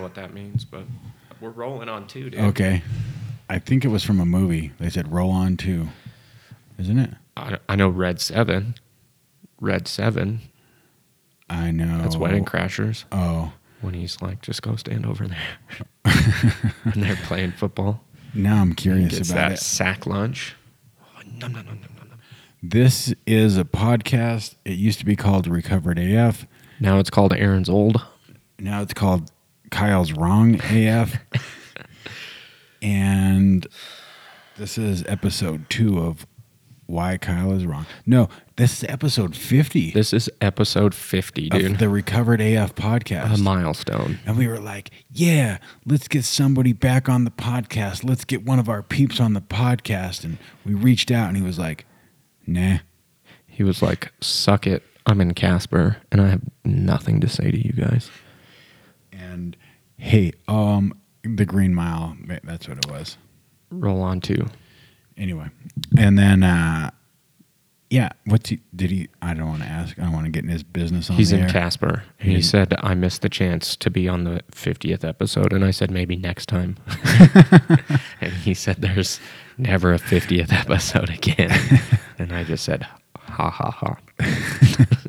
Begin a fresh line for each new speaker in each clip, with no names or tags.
what that means, but we're rolling on two, dude.
Okay. I think it was from a movie. They said roll on two, isn't it?
I, I know Red Seven. Red Seven.
I know.
That's Wedding Crashers.
Oh
When he's like, just go stand over there. and they're playing football.
now I'm curious
Gets
about
that
it.
sack lunch. Oh, nom, nom, nom, nom, nom, nom.
This is a podcast. It used to be called Recovered AF.
Now it's called Aaron's Old.
Now it's called Kyle's Wrong AF. and this is episode two of Why Kyle is Wrong. No, this is episode 50
This is episode 50,
of
dude. Oh,
the Recovered AF podcast.
a milestone.
and we were like, yeah, let's get somebody back on the podcast. Let's get one of our peeps on the podcast. And we reached out and he was like, nah.
He was like, suck it. I'm in Casper and I have nothing to say to you guys.
And hey, um, the Green Mile, ma- that's what it was.
Roll on two.
Anyway, and then uh, yeah, what's he? Did he? I don't want to ask. I don't want to get in his business on
He's
the
in
air.
Casper. And he said, I missed the chance to be on the 50th episode. And I said, maybe next time. and he said, there's never a 50th episode again. and I just said, ha ha ha.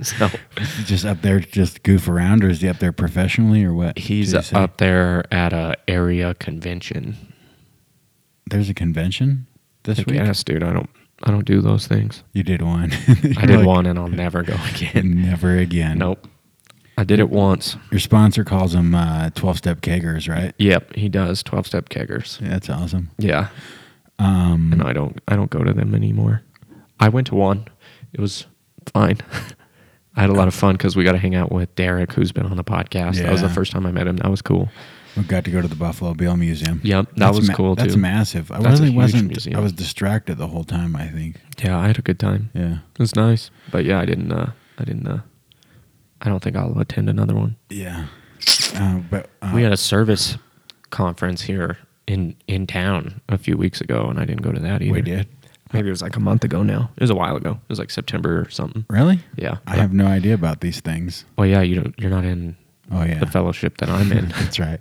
so
Is he just up there, to just goof around, or is he up there professionally, or what?
he's
Did he say?
up there at a area convention.
There's a convention this
Like,
week.
yes, dude, I don't, I don't do those things.
You did one.
I did one and I'll never go again.
Never again.
Nope. I did it once.
Your sponsor calls them uh, 12-step keggers, right?
Yep, he does 12 step keggers.
Yeah, that's awesome.
Yeah. Um and I don't I don't go to them anymore. I went to one. It was fine. I had a lot of fun cuz we got to hang out with Derek who's been on the podcast. That was the
Yeah.
first time I met him. That was cool.
We got to go to the Buffalo Bill Museum.
Yep, that
That's
was cool,
That's
too.
massive. I
That's a
really
huge
wasn't.
museum.
I was distracted the whole time. I think.
Yeah, I had a good time.
Yeah.
It was nice. But yeah, I didn't uh I didn't uh I don't think I'll attend another one.
Yeah. Uh, but uh,
We had a service conference here in in town a few weeks ago and I didn't go to that either.
we did.
Maybe it was like a month ago now. It was a while ago. It was like September or something.
Really?
Yeah.
I have no idea about these things.
Well, yeah, you don't, you're not in
Oh yeah,
the fellowship that I'm in.
that's right.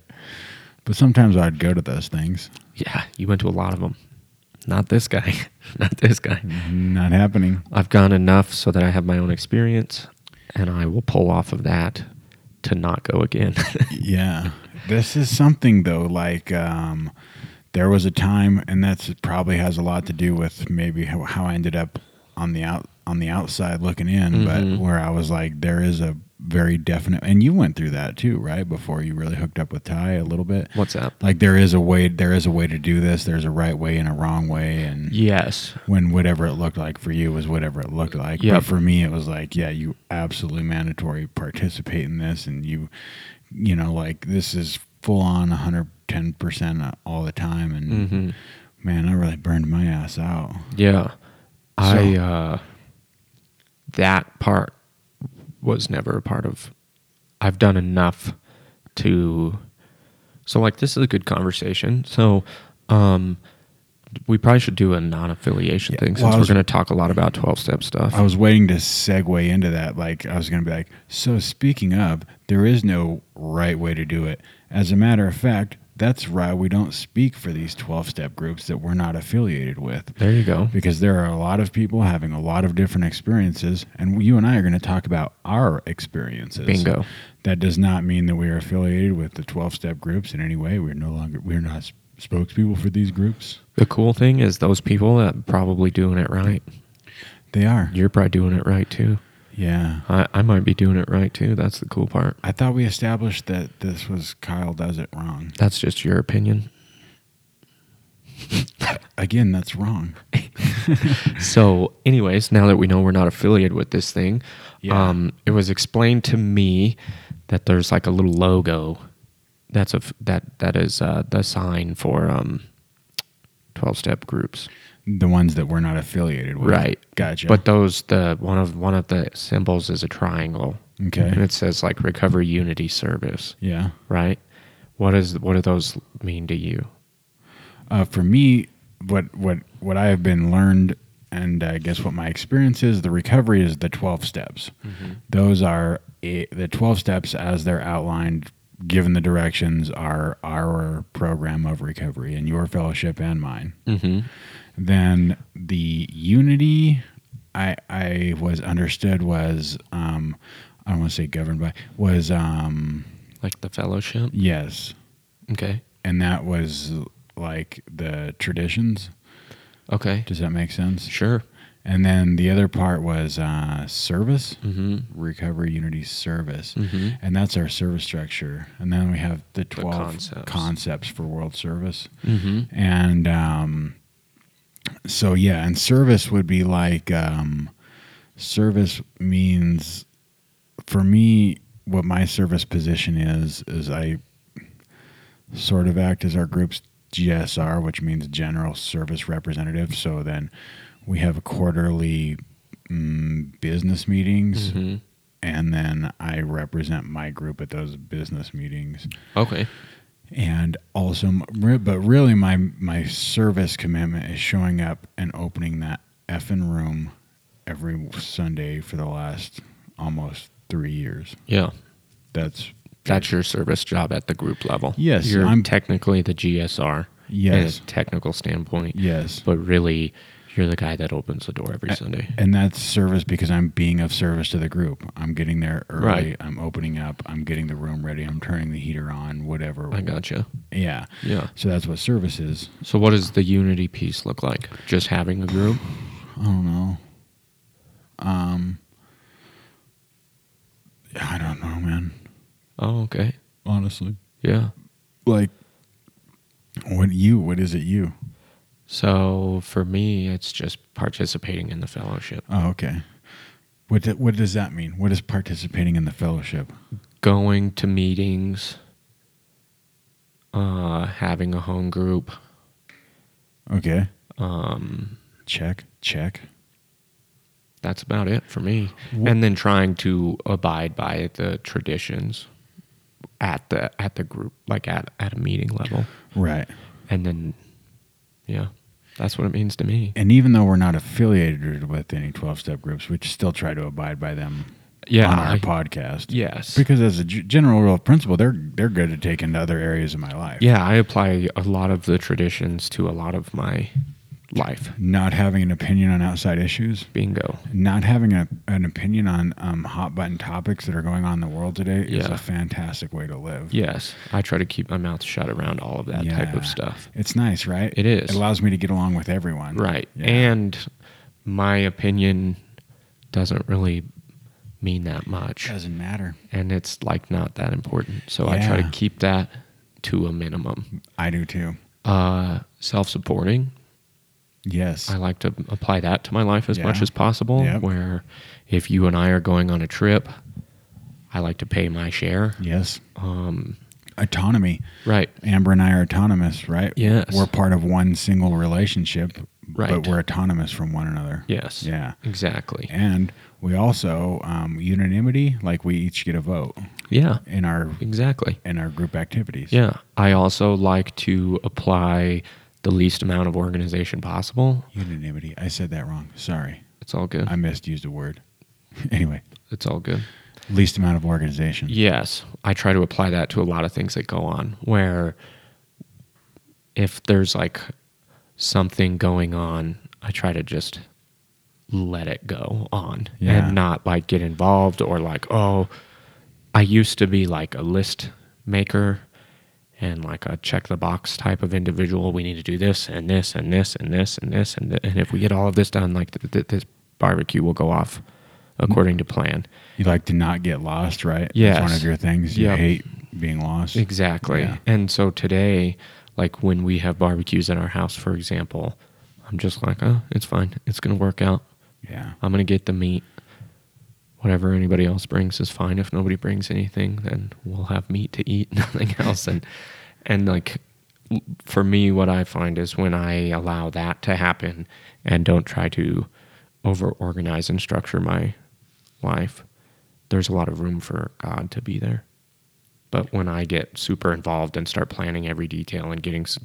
But sometimes I'd go to those things.
yeah, you went to a lot of them. Not this guy. not this guy.
Not happening.
I've gone enough so that I have my own experience, and I will pull off of that to not go again.
Yeah, this is something though. Like, um, there was a time, and that's it probably has a lot to do with maybe how, how I ended up on the out on the outside looking in, but where I was like, there is a very definite, and you went through that too, right? Before you really hooked up with Ty a little bit.
What's that?
Like there is a way, there is a way to do this. There's a right way and a wrong way, and
yes.
when whatever it looked like for you was whatever it looked like.
Yeah.
But for me, it was like, yeah, you absolutely mandatory participate in this, and you, you know, like this is full on 110 percent all the time. And
Mm-hmm.
man, I really burned my ass out.
Yeah. I, uh, that part was never a part of. I've done enough to. So, like, this is a good conversation. So, um, we probably should do a non affiliation thing
well, I
since
was-
we're going to talk a lot about 12 step stuff.
I was waiting to segue into that. Like I was going to be like, so speaking of, there is no right way to do it. As a matter of fact, that's why we don't speak for these 12 step groups that we're not affiliated with.
there you go.
because there are a lot of people having a lot of different experiences, and you and I are going to talk about our experiences.
Bingo.
That does not mean that we are affiliated with the twelve step groups in any way. We're no longer we're not s- spokespeople for these groups.
The cool thing is, those people that probably doing it right,
They are.
you're probably doing it right too.
Yeah.
I, I might be doing it right too. That's the cool part.
I thought we established that this was Kyle does it wrong.
That's just your opinion.
Again, that's wrong.
So, anyways, now that we know we're not affiliated with this thing,
Yeah.
um, it was explained to me that there's like a little logo. That's a f- that that is uh, the sign for um, twelve step groups,
The ones that we're not affiliated with.
right?
Gotcha.
But those the one of one of the symbols is a triangle,
okay.
and it says like Recovery Unity Service,
yeah.
right? What is what do those mean to you?
Uh, for me, what what what I have been learned, and I guess what my experience is, the recovery
Mm-hmm.
is the twelve steps. Those are eh, the twelve steps as they're outlined given the directions are our program of recovery and your fellowship and mine.
Mm-hmm.
Then the unity I I was understood was um I don't want to say governed by was um
Like the fellowship.
yes.
Okay.
And that was like the traditions.
Okay.
Does that make sense?
Sure.
And then the other part was uh service.
Mm-hmm.
Recovery Unity Service,
Mhm.
and that's our service structure. And then we have the twelve
concepts.
concepts for world service,
Mm-hmm.
and um, so yeah, and service would be like um, service means for me what my service position is is I sort of act as our group's GSR, which means General Service Representative. So then we have quarterly mm, business meetings,
Mhm.
and then I represent my group at those business meetings.
Okay.
And also, m- re- but really, my my service commitment is showing up and opening that effing room every Sunday for the last almost three years.
Yeah.
That's
That's your service job at the group level.
Yes,
You're
I'm-
technically the GSR.
Yes.
In a technical standpoint.
yes.
But really, you're the guy that opens the door every Sunday.
And that's service because I'm being of service to the group. I'm getting there early.
Right.
I'm opening up. I'm getting the room ready. I'm turning the heater on, whatever.
I gotcha.
Yeah.
Yeah.
So that's what service is.
So, what does the unity piece look like? Just having a group?
I don't know. Um, I don't know, man.
Oh, okay.
Honestly,
Yeah.
like, what you? What is it? You?
So, for me, it's just participating in the fellowship,
Oh, okay. What do- What does that mean? What is participating in the fellowship?
going to meetings, uh, having a home group.
Okay.
Um,
Check. Check.
that's about it for me.
Wh-
And then trying to abide by the traditions at the at the group, like at, at a meeting level.
Right.
And then, yeah, that's what it means to me.
And even though we're not affiliated with any 12 step groups, we still try to abide by them
Yeah,
on our
I-
podcast.
Yes.
Because as a g- general rule of principle, they're they're good to take into other areas of my life.
Yeah, I apply a lot of the traditions to a lot of my life.
Not having an opinion on outside issues,
Bingo.
not having a, an opinion on um, hot button topics that are going on in the world today is
Yeah.
a fantastic way to live.
Yes, I try to keep my mouth shut around all of that type
Yeah.
of stuff.
It's nice, right?
It is.
It allows me to get along with everyone.
Right.
Yeah.
And my opinion doesn't really mean that much.
doesn't matter.
And it's like not that important. So I try
Yeah.
to keep that to a minimum.
I do too.
Uh, Self supporting,
Yes.
I like to apply that to my life as
Yeah.
much as possible.
Yep.
Where if you and I are going on a trip, I like to pay my share.
yes.
Um,
Autonomy.
right.
Amber and I are autonomous, right?
Yes.
We're part of one single relationship,
Right.
but we're autonomous from one another.
Yes.
Yeah.
Exactly.
And we also um, unanimity, like we each get a vote
Yeah.
in our
Exactly.
in our group activities.
Yeah. I also like to apply the least amount of organization possible.
Unanimity. I said that wrong. Sorry.
It's all good.
I misused a word. anyway,
it's all good.
least amount of organization.
Yes, I try to apply that to a lot of things that go on. Where if there's like something going on, I try to just let it go on
Yeah.
and not like get involved or like, oh, I used to be like a list maker and like a check the box type of individual. We need to do this and this and this and this and this. And, th- and if we get all of this done, like th- th- this barbecue will go off according to plan.
You like to not get lost, right?
Yes.
That's one of your things. You
Yep.
hate being lost.
Exactly.
Yeah.
And so today, like when we have barbecues in our house, for example, I'm just like, oh, it's fine. It's going to work out.
Yeah.
I'm going to get the meat. Whatever anybody else brings is fine. If nobody brings anything, then we'll have meat to eat, nothing else. And, and like, w- for me, what I find is when I allow that to happen and don't try to over organize and structure my life, there's a lot of room for God to be there. But when I get super involved and start planning every detail and getting, s-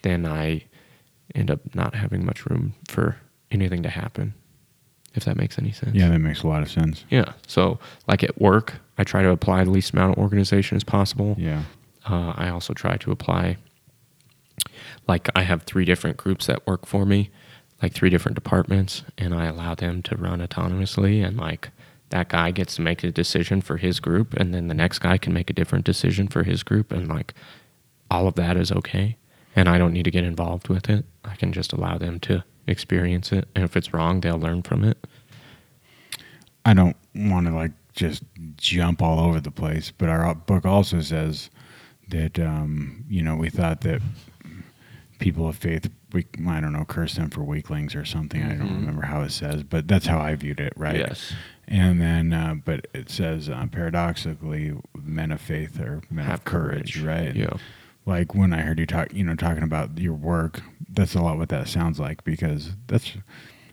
then I end up not having much room for anything to happen. if that makes any sense.
Yeah, that makes a lot of sense.
Yeah. So, like at work, I try to apply the least amount of organization as possible.
Yeah.
Uh, I also try to apply, like, I have three different groups that work for me, like three different departments, and I allow them to run autonomously. And, like, that guy gets to make a decision for his group, and then the next guy can make a different decision for his group. And, like, all of that is okay. And I don't need to get involved with it. I can just allow them to experience it. And if it's wrong, they'll learn from it.
I don't want to like just jump all over the place, but our book also says that um, you know we thought that people of faith we I don't know curse them for weaklings or something. I don't remember how it says, but that's how I viewed it, right?
Mm-hmm. Yes.
And then, uh, but it says uh, paradoxically, men of faith are men of
Have courage.
courage, right?
Yeah.
Like when I heard you talk, you know, talking about your work, that's a lot what that sounds like because that's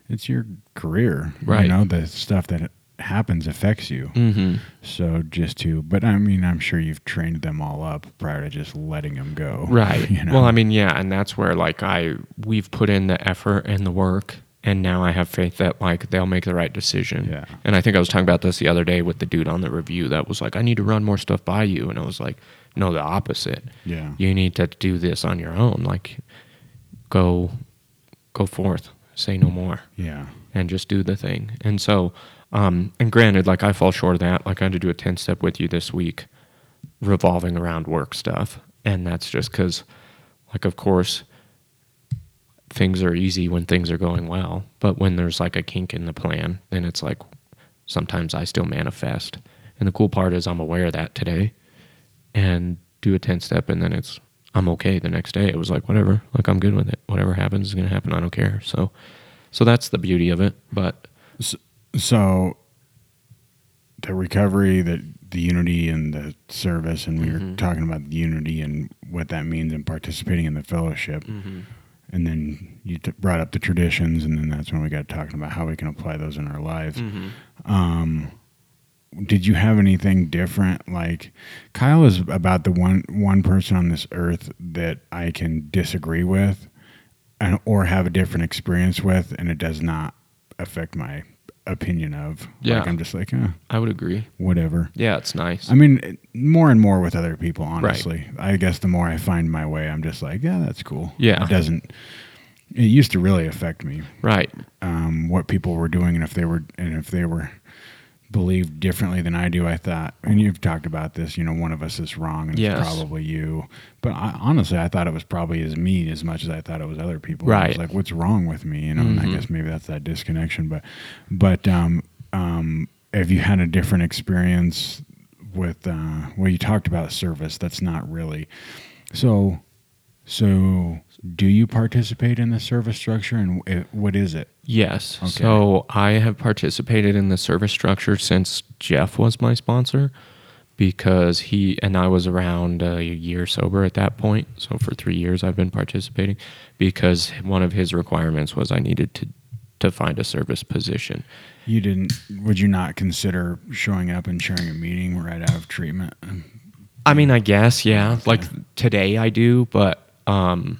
it's your career, You
Right.
know, the stuff that happens affects you.
Mm-hmm.
So just to, but I mean, I'm sure you've trained them all up prior to just letting them go,
Right.
You know?
Well, I mean, yeah, and that's where like I we've put in the effort and the work, and now I have faith that like they'll make the right decision.
Yeah.
And I think I was talking about this the other day with the dude on the review that was like, "I need to run more stuff by you," and I was like, "No, the opposite.
yeah,
You need to do this on your own. Like, go, go forth, say no more."
yeah,
and just do the thing. And so, um, and granted, like I fall short of that. Like I had to do a 10 step with you this week revolving around work stuff. And that's just because, like, of course, things are easy when things are going well. But when there's like a kink in the plan, then it's like sometimes I still manifest. And the cool part is I'm aware of that today and do a 10 step and then it's I'm okay the next day. It was like whatever, like I'm good with it. Whatever happens is going to happen. I don't care. So so that's the beauty of it, but
So the recovery, the the unity and the service, and we were talking about the unity and what that means and participating in the fellowship.
Mm.
And then you t- brought up the traditions, and then that's when we got talking about how we can apply those in our lives.
Mm.
Um, did you have anything different? Like Kyle is about the one one person on this earth that I can disagree with, and or have a different experience with, and it does not affect my opinion of.
Yeah.
like, I'm just like, eh,
I would agree.
whatever.
Yeah, it's nice.
I mean, it- more and more with other people, honestly. I guess the more I find my way, I'm just like, yeah, that's cool.
Yeah.
It doesn't, it used to really affect me,
right.
um, what people were doing and if they were, and if they were believed differently than I do, I thought, and you've talked about this, you know, one of us is wrong and
Yes.
it's probably you. But I, honestly, I thought it was probably as me as much as I thought it was other people. I was
Right. Mm-hmm.
like, what's wrong with me? You know, and I guess maybe that's that disconnection, but, but, um, um, have you had a different experience with uh well you talked about service that's not really so so do you participate in the service structure and i- what is it
Yes. So I have participated in the service structure since Jeff was my sponsor because he and I was around a year sober at that point. So for three years, I've been participating because one of his requirements was I needed to, to find a service position.
you didn't would you not consider showing up and sharing a meeting right out of treatment um,
I mean, I guess, yeah. Like today I do, but um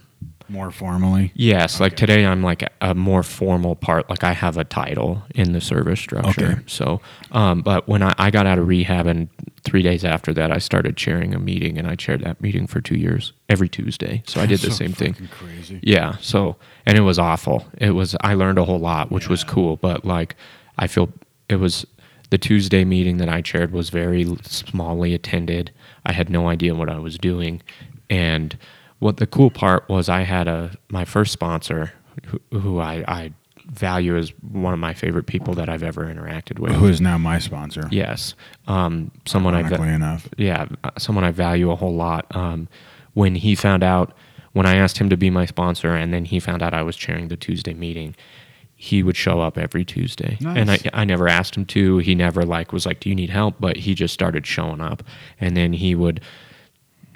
more formally
yes, like today I'm like a more formal part. Like I have a title in the service structure.
Okay.
So, um, but when I, I got out of rehab and three days after that, I started chairing a meeting and I chaired that meeting for two years every Tuesday. So I did the
So
same thing.
fucking crazy
Yeah. So, and it was awful. It was, I learned a whole lot, which was cool. But like, I feel it was the Tuesday meeting that I chaired was very l- smallly attended. I had no idea what I was doing. And what the cool part was, I had a, my first sponsor who, who I, I value as one of my favorite people that I've ever interacted with.
who is now my sponsor
Yes. Um, someone I, va-
ironically enough
yeah, uh, someone I value a whole lot. Um, when he found out, when I asked him to be my sponsor, and then he found out I was chairing the Tuesday meeting, he would show up every Tuesday, and I,
Nice.
I never asked him to. He never like was like, "Do you need help?" But he just started showing up, and then he would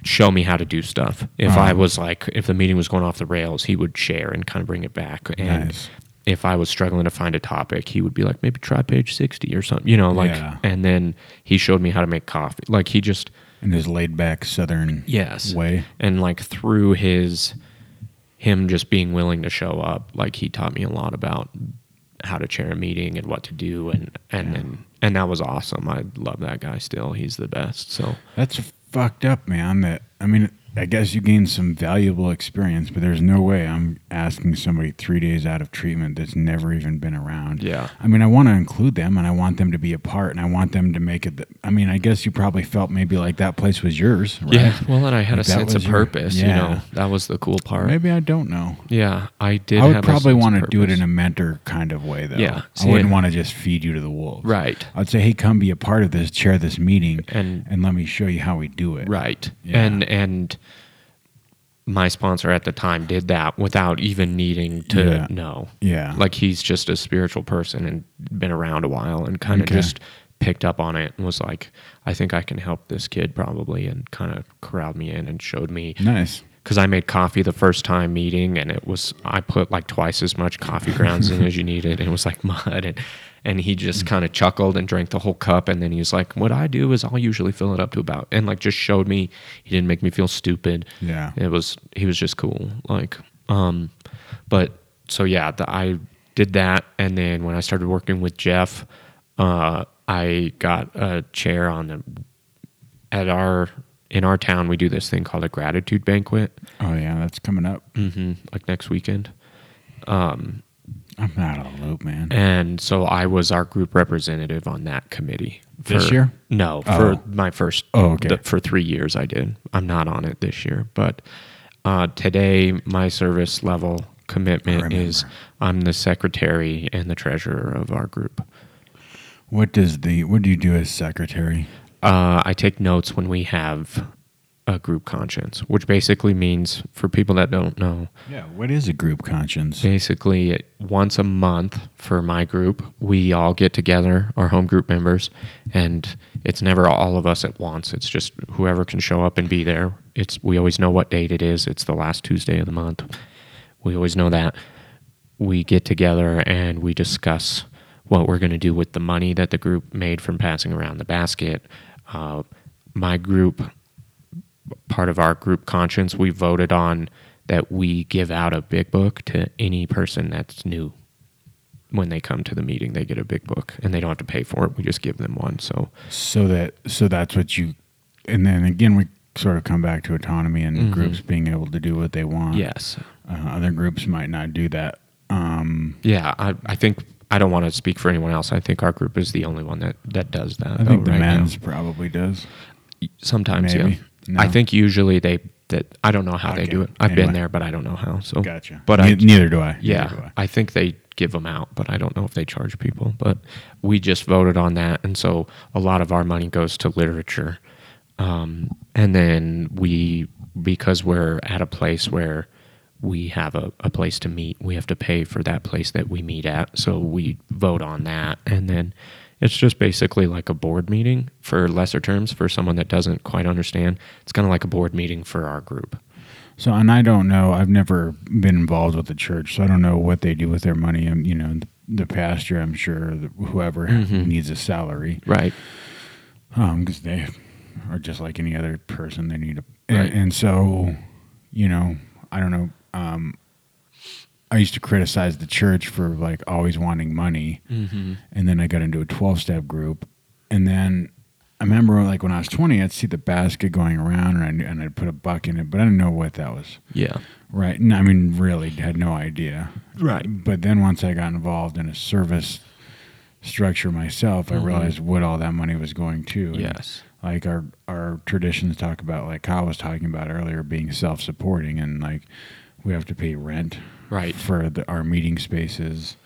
show me how to do stuff. If I was like, if the meeting was going off the rails, he would share and kind of bring it back. And
Nice.
if I was struggling to find a topic, he would be like, maybe try page sixty or something, you know, like.
Yeah.
And then he showed me how to make coffee. Like he just
in his laid back southern
yes
way
and like through his him just being willing to show up like he taught me a lot about how to chair a meeting and what to do and and and, and that was awesome. I love that guy still. He's the best. So
That's fucked up, man. That I mean, I guess you gain some valuable experience, but there's no way I'm asking somebody three days out of treatment that's never even been around.
Yeah.
I mean, I want to include them, and I want them to be a part, and I want them to make it. The, I mean, I guess you probably felt maybe like that place was yours, right?
yeah, well, and I had
Like,
a
that
sense of
was your-
purpose.
yeah.
You know, that was the cool part.
Maybe I don't know.
Yeah, I did.
I
have
would
a
probably
sense of
want to do it
purpose.
in a mentor kind of way, though.
Yeah, see,
I wouldn't
it-
want to just feed you to the wolves.
right.
I'd say, hey, come be a part of this, chair this meeting,
And-
and let me show you how we do it.
Right.
Yeah.
And and my sponsor at the time did that without even needing to
Yeah.
know.
Yeah.
Like he's just a spiritual person and been around a while and kind of
Okay.
just picked up on it and was like, I think I can help this kid probably and kind of corralled me in and showed me
Nice.
because I made coffee the first time meeting, and it was I put like twice as much coffee grounds in as you needed, and it was like mud, and and he just kind of chuckled and drank the whole cup, and then he was like, "What I do is I'll usually fill it up to about," and like just showed me he didn't make me feel stupid.
Yeah.
it was he was just cool, like um, but so yeah, the, I did that, and then when I started working with Jeff, uh, I got a chair on the at our in our town we do this thing called a gratitude banquet
Oh yeah, that's coming up.
hmm like next weekend
I'm not out of the loop, man.
and so i was our group representative on that committee
This year?
no
Oh.
for my first
Oh, okay.
for three years i did i'm not on it this year but uh, today my service level commitment is i'm the secretary and the treasurer of our group
What does the what do you do as secretary?
uh, I take notes when we have a group conscience, which basically means, for people that don't know,
Yeah, what is a group conscience?
basically once a month for my group, we all get together, our home group members, and it's never all of us at once. It's just whoever can show up and be there. It's we always know what date it is. It's the last Tuesday of the month. We always know that. We get together and we discuss what we're going to do with the money that the group made from passing around the basket. Uh, my group part of our group conscience, we voted on that we give out a big book to any person that's new. When they come to the meeting, they get a big book and they don't have to pay for it. We just give them one. So,
So that so that's what you and then again we sort of come back to autonomy and
Mm-hmm.
groups being able to do what they want.
yes.
Uh, other groups might not do that. Um
Yeah. I, I think I don't want to speak for anyone else. I think our group is the only one that, that does that.
I think the
right now.
men's probably does.
Sometimes,
maybe.
yeah.
No.
I think usually they, that I don't know how they
Okay.
do it. I've
Anyway.
been there, but I don't know how. So,
Gotcha.
But
Ne-
I,
neither do I. Neither do
Yeah,
I.
I think they give them out, but I don't know if they charge people. But we just voted on that, and so a lot of our money goes to literature. Um, and then we, because we're at a place where we have a, a place to meet, we have to pay for that place that we meet at. So we vote on that, and then it's just basically like a board meeting for lesser terms for someone that doesn't quite understand. It's kind of like a board meeting for our group.
So, and I don't know. I've never been involved with the church, so I don't know what they do with their money. And you know, the, the pastor, I'm sure, the, whoever needs a salary,
Right.
um, because they are just like any other person. They need a,
Right.
and, and so, you know, I don't know. Um, I used to criticize the church for like always wanting money,
Mm-hmm.
and then I got into a twelve-step group, and then I remember like when I was twenty, I'd see the basket going around, and I knew- and I'd put a buck in it, but I didn't know what that was.
Yeah.
Right. No, I mean, really, had no idea.
Right.
But then once I got involved in a service structure myself, I realized what all that money was going to. And,
Mm-hmm. Yes.
Like our our traditions talk about, like Kyle was talking about earlier, being self supporting, and like we have to pay rent
Right.
for the, our meeting spaces,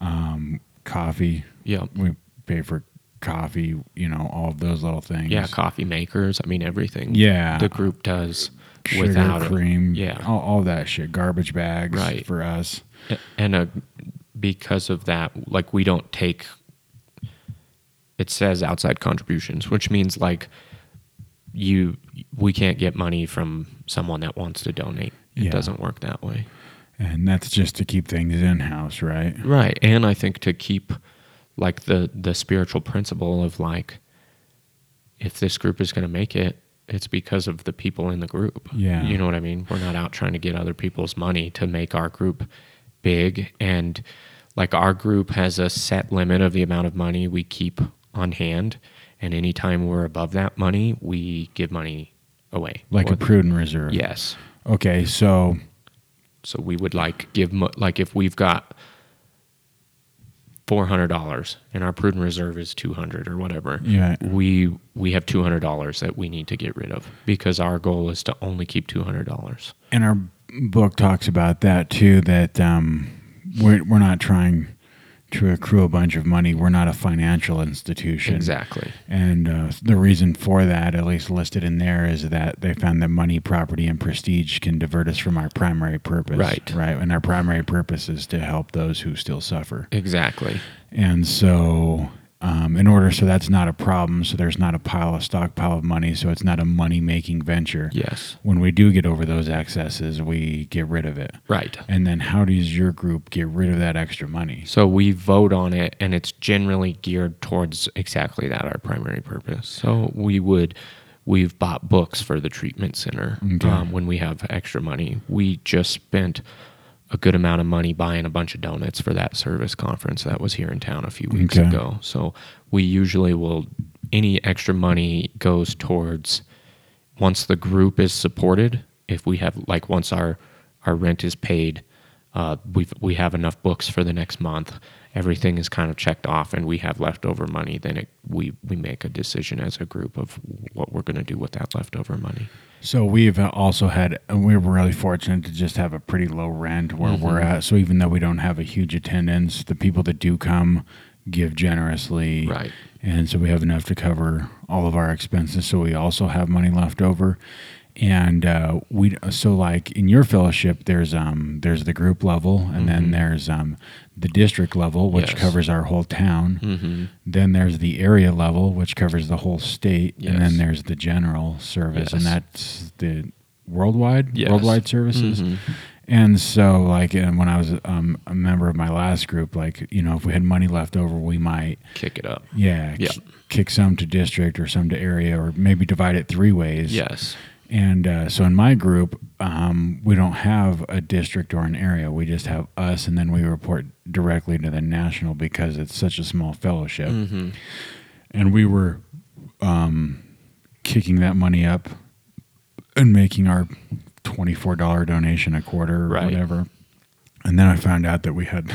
um, coffee.
Yeah.
We pay for coffee. You know, all of those little things.
Yeah, coffee makers. I mean, everything.
Yeah.
the group does
Sugar,
without a-
cream.
yeah,
All, all that shit. Garbage bags.
Right.
For us.
and uh because of that, like we don't take. It says outside contributions, which means like you we can't get money from someone that wants to donate. It
Yeah.
doesn't work that way.
And that's just to keep things in house, right?
Right. And I think to keep like the the spiritual principle of like if this group is going to make it, it's because of the people in the group.
Yeah.
You know what I mean? We're not out trying to get other people's money to make our group big and like our group has a set limit of the amount of money we keep on hand and anytime we're above that money we give money away
like
Or-
a prudent reserve.
yes
Okay, so
so we would like give mo- like if we've got four hundred dollars and our prudent reserve is two hundred or whatever.
Yeah.
We we have two hundred dollars that we need to get rid of because our goal is to only keep two hundred dollars.
and our book talks about that too. That um, we're we're not trying to accrue a bunch of money. We're not a financial institution.
Exactly.
And uh, the reason for that, at least listed in there, is that they found that money, property, and prestige can divert us from our primary purpose.
Right.
Right. And our primary purpose is to help those who still suffer.
Exactly.
And so, um, in order, so that's not a problem. So there's not a pile, a stockpile of money. So it's not a money making venture.
Yes.
When we do get over those excesses, we get rid of it.
Right.
And then, how does your group get rid of that extra money?
So we vote on it, and it's generally geared towards exactly that, our primary purpose. So we would, we've bought books for the treatment center um, when we have extra money. We just spent a good amount of money buying a bunch of donuts for that service conference that was here in town a few weeks
Okay.
ago. So we usually will, any extra money goes towards once the group is supported, if we have like once our our rent is paid, uh, we we have enough books for the next month. Everything is kind of checked off, and we have leftover money. Then it, we we make a decision as a group of what we're going to do with that leftover money.
So we've also had we were really fortunate to just have a pretty low rent where we're
Mm-hmm.
at. So even though we don't have a huge attendance, the people that do come give generously.
Right.
And so we have enough to cover all of our expenses. So we also have money left over. And uh, we so like in your fellowship, there's um there's the group level, and then there's um the district level, which
Mm-hmm. Yes.
covers our whole town.
Mm-hmm.
Then there's the area level, which covers the whole state, and
Yes.
then there's the general service, and
Yes.
that that's the worldwide
Yes. Mm-hmm.
worldwide services and so like and when i was um, a member of my last group like you know if we had money left over we might
Kick it up.
yeah,
Yeah.
k- kick some to district or some to area or maybe divide it three ways
Yes.
and uh, so in my group um, we don't have a district or an area we just have us and then we report directly to the national because it's such a small fellowship
Mm-hmm.
and we were um, kicking that money up and making our $24 donation a quarter or
Right.
whatever. And then I found out that we had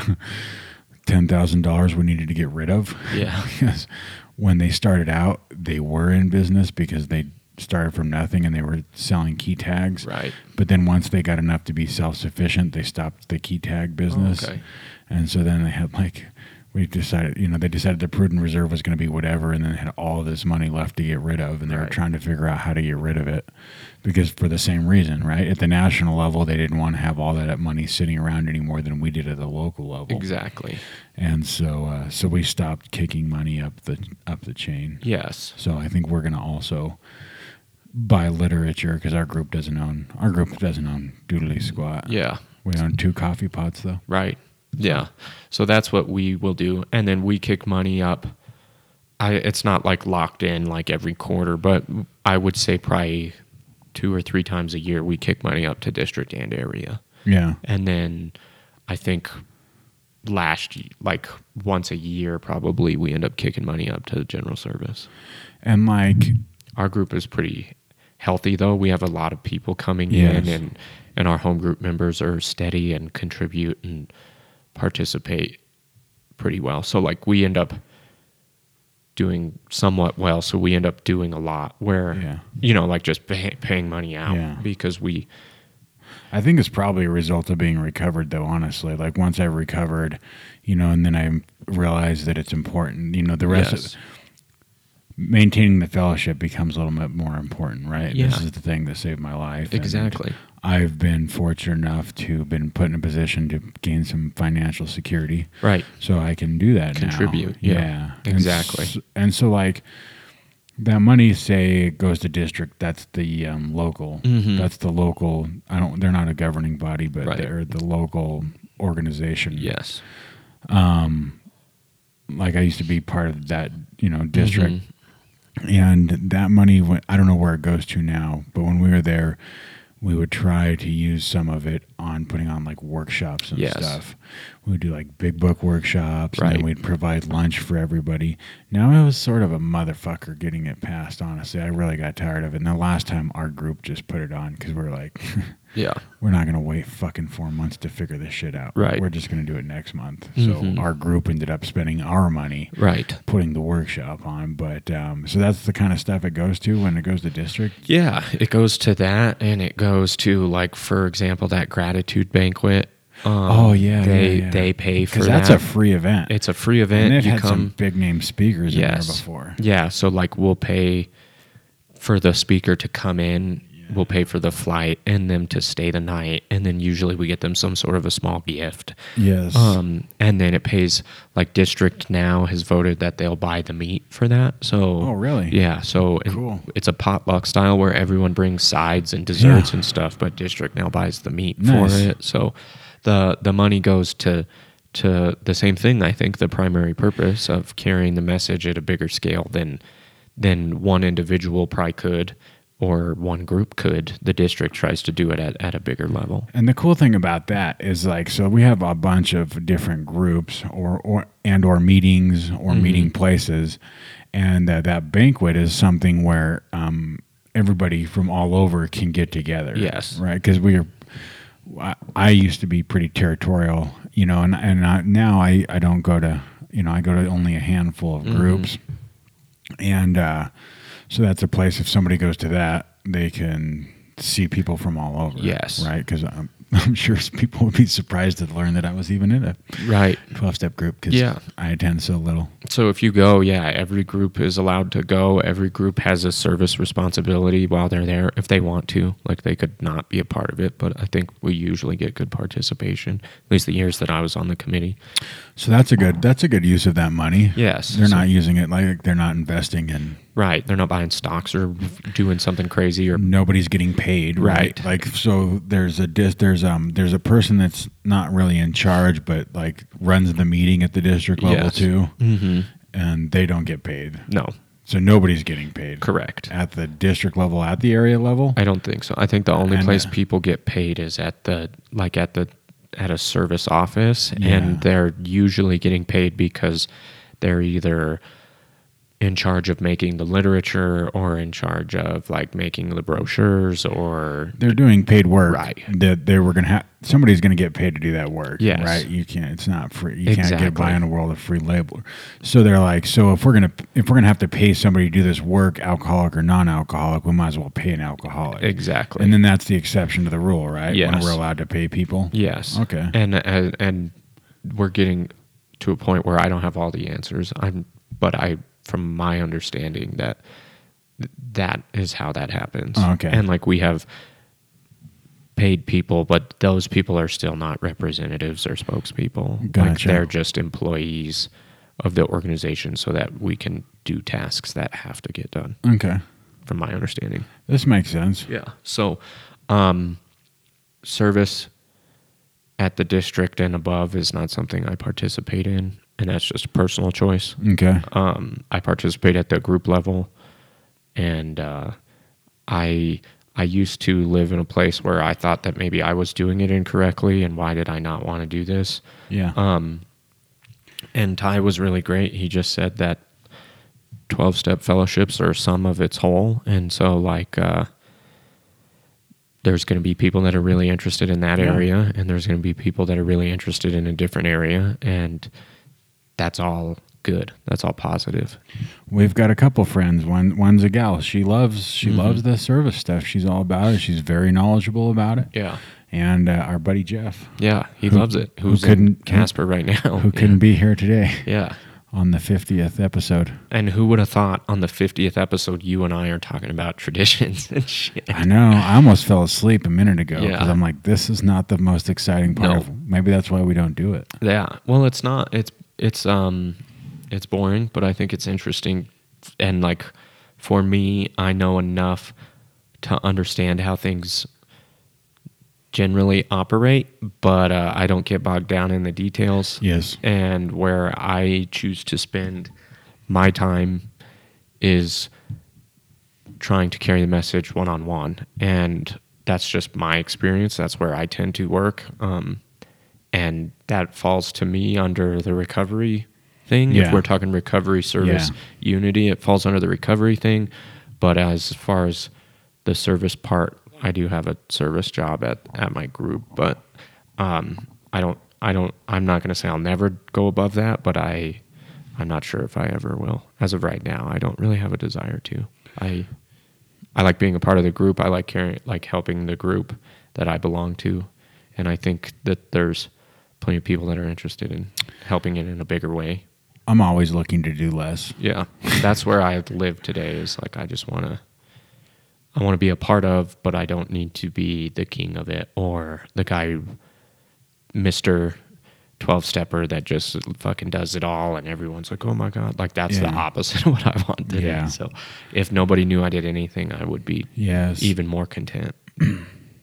$10,000 we needed to get rid of.
Yeah.
because when they started out, they were in business because they started from nothing and they were selling key tags.
Right.
But then once they got enough to be self sufficient, they stopped the key tag business.
okay.
And so then they had like, we decided, you know, they decided the prudent reserve was going to be whatever, and then they had all this money left to get rid of, and they were
Right.
trying to figure out how to get rid of it, because for the same reason, right? At the national level, they didn't want to have all that money sitting around any more than we did at the local level,
Exactly.
and so uh, so we stopped kicking money up the up the chain.
Yes.
So I think we're going to also buy literature because our group doesn't own our group doesn't own doodly squat.
Yeah.
We own two coffee pots though.
Right. Yeah. So that's what we will do, and then we kick money up. I it's not like locked in like every quarter, but I would say probably two or three times a year we kick money up to district and area,
Yeah.
and then I think last y- like once a year probably we end up kicking money up to the general service.
And like
Our group is pretty healthy though. We have a lot of people coming
Yes.
in and and our home group members are steady and contribute and participate pretty well. So like we end up doing somewhat well, so we end up doing a lot where
Yeah.
you know like just pay, paying money out
Yeah.
because we
I think it's probably a result of being recovered, though, honestly. Like, once I recovered, you know, and then I realized that it's important, you know, the rest
Yes.
of maintaining the fellowship becomes a little bit more important, right? This
Yeah.
is the thing that saved my life. and
Exactly.
I've been fortunate enough to been put in a position to gain some financial security
right
so I can do that now.
Contribute, yeah.
And
Exactly.
s- and so like that money say goes to district that's the um, local that's the local i don't they're not a governing body but
Mm-hmm. Right.
they're the local organization
yes
like i used to be part of that you know district
Mm-hmm.
and that money went, i don't know where it goes to now but when we were there we would try to use some of it on putting on like workshops and
Yes.
stuff. We would do like big book workshops, and
Right.
then we'd provide lunch for everybody. Now I was sort of a motherfucker getting it passed. Honestly, I really got tired of it. And the last time our group just put it on because we were like,
Yeah.
we're not gonna wait fucking four months to figure this shit out.
Right.
We're just gonna do it next month.
Mhm.
So our group ended up spending our money
Right.
putting the workshop on. But um, so that's the kind of stuff it goes to when it goes to district.
Yeah, it goes to that, and it goes to like, for example, that gratitude banquet. Um,
Oh, yeah,
they
yeah, yeah.
they pay for
Because that's
that.
a free event.
it's a free
and
event.
they've
you
had
come,
some big name speakers in there
yes,
before.
yeah. So like, we'll pay for the speaker to come in. We'll pay for the flight and them to stay the night, and then usually we get them some sort of a small gift.
Yes.
Um, and then it pays like district now has voted that they'll buy the meat for that. So
Oh, really?
Yeah. So and
Cool.
It's a potluck style where everyone brings sides and desserts
Yeah.
and stuff, but district now buys the meat
Nice.
for it. So the the money goes to to the same thing. I think the primary purpose of carrying the message at a bigger scale than than one individual probably could or one group could. The district tries to do it at, at a bigger level.
And the cool thing about that is like so we have a bunch of different groups or or and or meetings or meeting places, and uh, that banquet is something where um, everybody from all over can get together.
Yes.
right? Because we are. I, I used to be pretty territorial, you know, and and I, now I I don't go to you know I go to only a handful
Mm-hmm.
of groups, and uh, so that's a place if somebody goes to that they can see people from all over.
Yes.
right? Because I'm, I'm sure people would be surprised to learn that I was even in a
Right.
12 step group because
Yeah.
I attend so little.
So if you go, yeah, every group is allowed to go. Every group has a service responsibility while they're there if they want to. Like they could not be a part of it, but I think we usually get good participation. At least the years that I was on the committee.
So that's a good that's a good use of that money.
Yes.
They're
So-
not using it like they're not investing in
Right. They're not buying stocks or doing something crazy or
nobody's getting paid, right?
Right.
Like so there's a dis there's um there's a person that's not really in charge but like runs the meeting at the district level
Yes.
too. Mm-hmm. And they don't get paid.
no.
So nobody's getting paid.
Correct.
At the district level, at the area level.
I don't think so. I think the only
And,
place
uh,
people get paid is at the like at the at a service office
Yeah.
and they're usually getting paid because they're either in charge of making the literature or in charge of like making the brochures or
they're doing paid work
Right.
that they were gonna have somebody's gonna get paid to do that work
Yes.
right you can't it's not free you can't
Exactly.
get by in a world of free labor so they're like so if we're gonna if we're gonna have to pay somebody to do this work alcoholic or non-alcoholic we might as well pay an alcoholic
exactly
and then that's the exception to the rule right when
Yes.
we're allowed to pay people
Yes.
Okay.
And and, and we're getting to a point where I don't have all the answers. I'm, but I, from my understanding, that th- that is how that happens.
Oh, okay.
And like we have paid people, but those people are still not representatives or spokespeople. Like
Gotcha.
they're just employees of the organization, so that we can do tasks that have to get done.
okay
From my understanding.
this makes sense
Yeah. So, um, service at the district and above is not something I participate in, and that's just a personal choice.
okay
Um, I participate at the group level, and uh, I I used to live in a place where I thought that maybe I was doing it incorrectly, and why did I not want to do this?
yeah
uh, And Ty was really great. He just said that 12 step fellowships are some of its whole. And so, like, uh, there's going to be people that are really interested in that
Yeah.
area, and there's going to be people that are really interested in a different area. And that's all good. That's all positive.
We've got a couple friends. One one's a gal. She loves she
Mm-hmm.
loves the service stuff. She's all about it. She's very knowledgeable about it.
Yeah.
And uh, our buddy Jeff,
Yeah. He loves it. Who's in
couldn't-
Casper right now?
who couldn't be here today
Yeah.
on the 50th episode.
And who would have thought on the 50th episode, you and I are talking about traditions and shit?
I know. I almost fell asleep a minute ago because
Yeah.
I'm like, this is not the most exciting part.
No.
Of, maybe that's why we don't do it.
Yeah. Well, it's not. It's it's um, it's boring, but I think it's interesting, and like for me, I know enough to understand how things generally operate, but uh, I don't get bogged down in the details.
Yes.
And where I choose to spend my time is trying to carry the message one on one. And that's just my experience. That's where I tend to work. Um, and that falls to me under the recovery thing. If
Yeah.
we're talking recovery service
Yeah.
unity, it falls under the recovery thing. But as far as the service part, I do have a service job at, at my group, but um, I don't I don't I'm not gonna say I'll never go above that, but I I'm not sure if I ever will. As of right now, I don't really have a desire to. I I like being a part of the group. I like caring, like helping the group that I belong to, and I think that there's plenty of people that are interested in helping it in a bigger way.
I'm always looking to do less.
Yeah, that's where I live today. Is like I just want to, I want to be a part of, but I don't need to be the king of it or the guy, Mister Twelve Stepper that just fucking does it all, and everyone's like, oh my god, like that's the
Yeah.
opposite of what I want today.
Yeah.
So, if nobody knew I did anything, I would be
Yes.
even more content.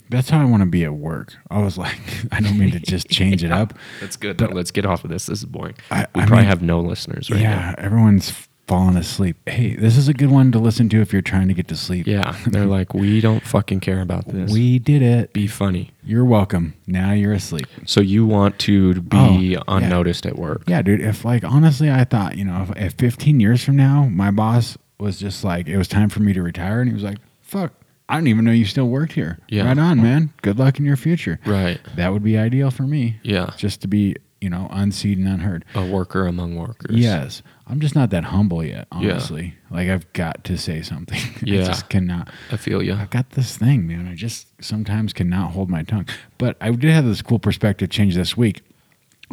That's how I want to be at work. I was like, I don't mean to just change it up.
That's good. Though. Let's get off of this. This is boring.
I-
we
I
probably
mean-
have no listeners right now.
yeah, everyone's falling asleep. Hey, this is a good one to listen to if you're trying to get to sleep.
Yeah, they're like, we don't fucking care about this. We
We did it.
be funny.
You're welcome. Now you're asleep.
So you want to
Oh,
be
yeah.
unnoticed at work?
Yeah, dude. If like honestly, I thought you know, if, if 15 years from now, my boss was just like, it was time for me to retire, and he was like, "Fuck, I didn't even know you still worked here."
Yeah.
Right on, man. Good luck in your future.
Right.
That would be ideal for me.
Yeah.
Just to be you know unseen and unheard.
A worker among workers.
Yes, I'm just not that humble yet. Honestly, like I've got to say something.
Yeah.
I just cannot.
I feel you.
I've got this thing, man. I just sometimes cannot hold my tongue. But I did have this cool perspective change this week.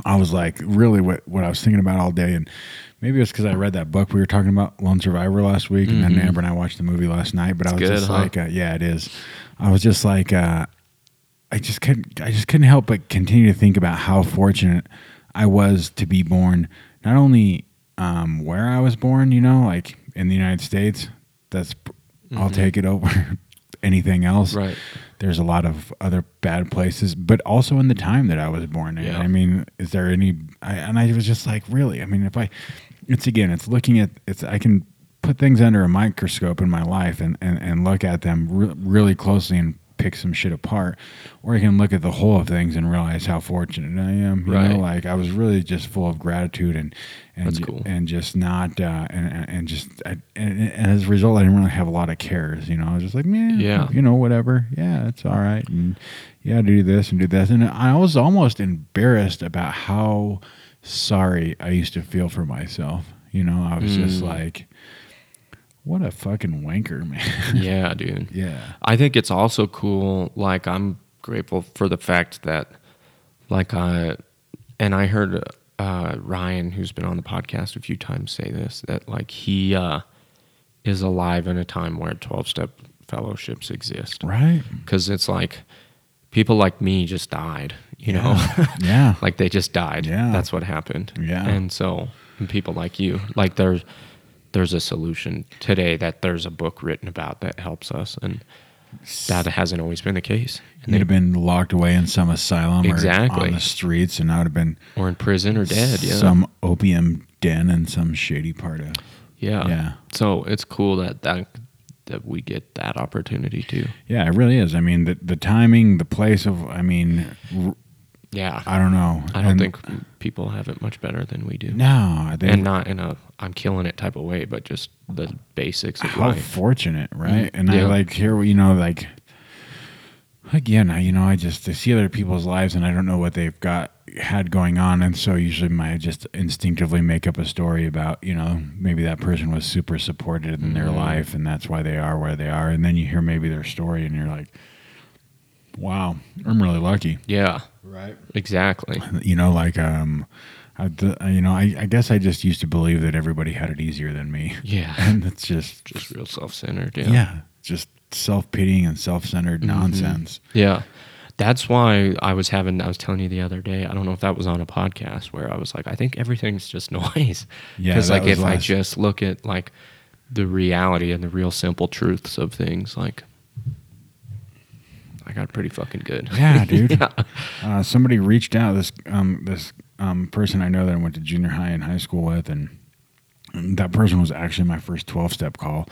I was like, really, what, what I was thinking about all day. And maybe it's because I read that book we were talking about, Lone Survivor, last week. And then Amber and I watched the movie last night. But I was
Mm-hmm. good,
just
huh?
like, uh, yeah, it is. I was just like, uh, I just couldn't I just couldn't help but continue to think about how fortunate I was to be born not only um, where I was born, you know, like in the United States, that's I'll
Mm-hmm.
take it over anything else.
Right.
There's a lot of other bad places, but also in the time that I was born in.
Yeah.
I mean, is there any I, and I was just like, really? I mean, if I it's again, it's looking at it's I can put things under a microscope in my life and, and, and look at them re- really closely and pick some shit apart, or I can look at the whole of things and realize how fortunate I am. You
Right.
know, like I was really just full of gratitude and and
That's
ju-
cool.
and just not uh, and and- and just I, and, and as a result, I didn't really have a lot of cares. You know, I was just like, man,
Yeah.
you know, whatever. Yeah, it's all right. And yeah, do this and do this. And I was almost embarrassed about how sorry I used to feel for myself. You know, I was just
Mm.
like, what a fucking wanker, man.
Yeah, dude.
yeah.
I think it's also cool. Like I'm grateful for the fact that, like, uh, and I heard uh, Ryan, who's been on the podcast a few times, say this that like he uh, is alive in a time where twelve step fellowships exist.
Right.
because it's like people like me just died, you know,
Yeah.
like they just died.
Yeah.
that's what happened.
Yeah.
and so and people like you, like there's there's a solution today that there's a book written about that helps us, and that hasn't always been the case. And
You'd have been locked away in some asylum or
Exactly.
on the streets, and I would have been
they- or in prison or dead. Yeah,
some opium den in some shady part of.
yeah,
yeah.
So it's cool that that that we get that opportunity too.
Yeah, it really is. I mean, the, the timing, the place of, I mean, r-
Yeah, I,
I don't know.
don't
And-
think people have it much better than we do.
No, I think
And not in a I'm killing it type of way, but just the basics of
how
life.
fortunate, right? And I
Mm-hmm. Yeah.
like hear you know like again, I you know I just I see other people's lives and I don't know what they've got had going on, and so usually my just instinctively make up a story about you know maybe that person was super supported in
Mm-hmm.
their life and that's why they are where they are, and then you hear maybe their story and you're like, wow, I'm really lucky,
Yeah,
right?
exactly.
you know like um I, the, you know I, I guess i just used to believe that everybody had it easier than me
Yeah,
and that's just
just real self-centered. Yeah. Mm-hmm.
yeah, just self-pitying and self-centered nonsense
Yeah. That's why I was having. I was telling you the other day. I don't know if that was on a podcast where I was like, I think everything's just noise.
Yeah,
Because
that
like
was
if I
last-
just look at like the reality and the real simple truths of things, like I got pretty fucking good.
yeah dude
yeah.
Uh, somebody reached out this um this um person i know that i went to junior high and high school with and that person was actually my first 12-step call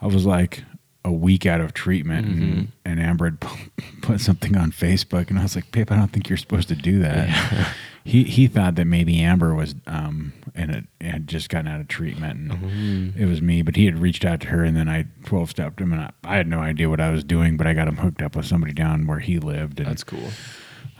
i was like a week out of treatment, and, and Amber had p- put something on Facebook, and I was like, "Pip, I don't think you're supposed to do that." He he thought that maybe Amber was um and it, it had just gotten out of treatment, and it was me. But he had reached out to her, and then I twelve stepped him, and I, I had no idea what I was doing, but I got him hooked up with somebody down where he lived, and
That's cool.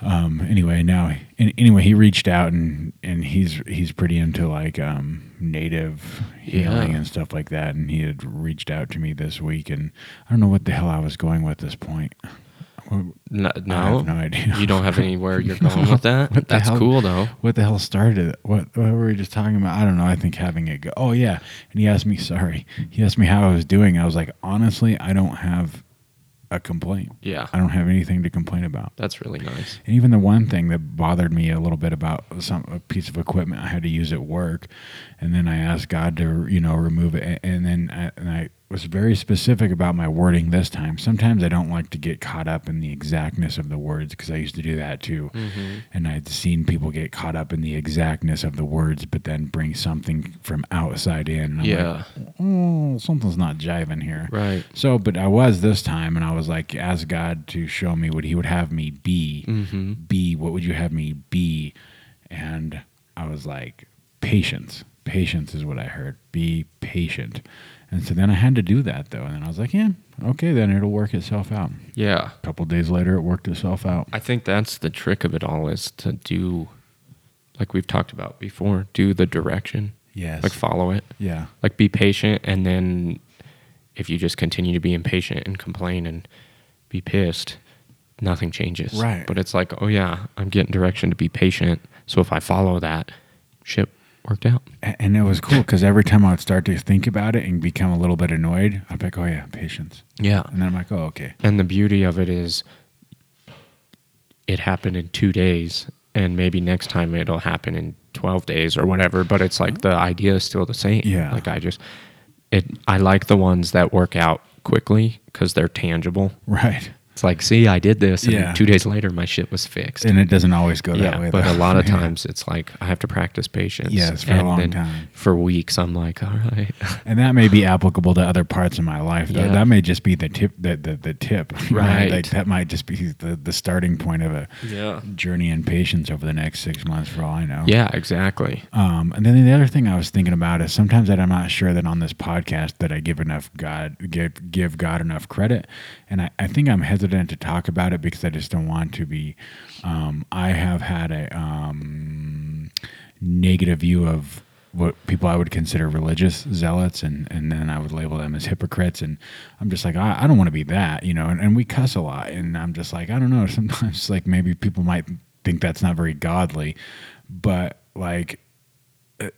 um anyway now and anyway he reached out and and he's he's pretty into like um native healing
Yeah.
and stuff like that and he had reached out to me this week and i don't know what the hell i was going with this point
No,
i
no,
have no idea
you don't have anywhere you're going with that.
What the
That's
hell?
cool though.
what the hell started it what what were we just talking about i don't know i think having it go oh yeah and he asked me sorry he asked me how i was doing i was like honestly i don't have a complaint
Yeah,
i don't have anything to complain about
that's really nice.
And even the one thing that bothered me a little bit about some a piece of equipment I had to use at work, and then I asked God to you know remove it, and, and then I, and I was very specific about my wording this time. Sometimes I don't like to get caught up in the exactness of the words because I used to do that too,
Mm-hmm.
and I'd seen people get caught up in the exactness of the words, but then bring something from outside in. And I'm like,
Yeah,
oh, something's not jiving here.
right.
So, but I was this time, and I was like, ask God to show me what He would have me
Mm-hmm.
be. Be what would you have me be? And I was like, patience. Patience is what I heard. Be patient. And so then I had to do that though, and then I was like, yeah, okay, then it'll work itself out.
Yeah,
A couple days later, it worked itself out.
I think that's the trick of it all is to do, like we've talked about before, do the direction,
Yes.
like follow it,
yeah.
like be patient, and then if you just continue to be impatient and complain and be pissed, nothing changes.
Right.
But it's like, oh yeah, I'm getting direction to be patient. So if I follow that, shit worked out.
A- And it was cool because every time I would start to think about it and become a little bit annoyed, I'd be like, oh yeah, patience.
Yeah.
And then I'm like, oh okay.
And the beauty of it is it happened in two days, and maybe next time it'll happen in 12 days or whatever. But it's like the idea is still the same.
Yeah.
Like I just, it, I like the ones that work out quickly because they're tangible.
Right.
It's like, see, I did this, and
Yeah.
two days later, my shit was fixed.
And it doesn't always go that
yeah,
way.
but
though.
a lot of
Yeah.
times it's like I have to practice patience.
Yes, for a
and
long
then
time.
For weeks, I'm like, all right,
and that may be applicable to other parts of my life. That,
Yeah.
that may just be the tip, the the, the tip,
Right.
Like that might just be the, the starting point of a
yeah,
journey in patience over the next six months, for all I know.
yeah, exactly.
Um, and then the other thing I was thinking about is sometimes that I'm not sure that on this podcast that I give enough God give give God enough credit, and I, I think I'm hesitant to talk about it because I just don't want to be. Um, I have had a um, negative view of what people I would consider religious zealots, and and then I would label them as hypocrites, and I'm just like I, I don't want to be that, you know. And, and we cuss a lot, and I'm just like I don't know. Sometimes like maybe people might think that's not very godly, but like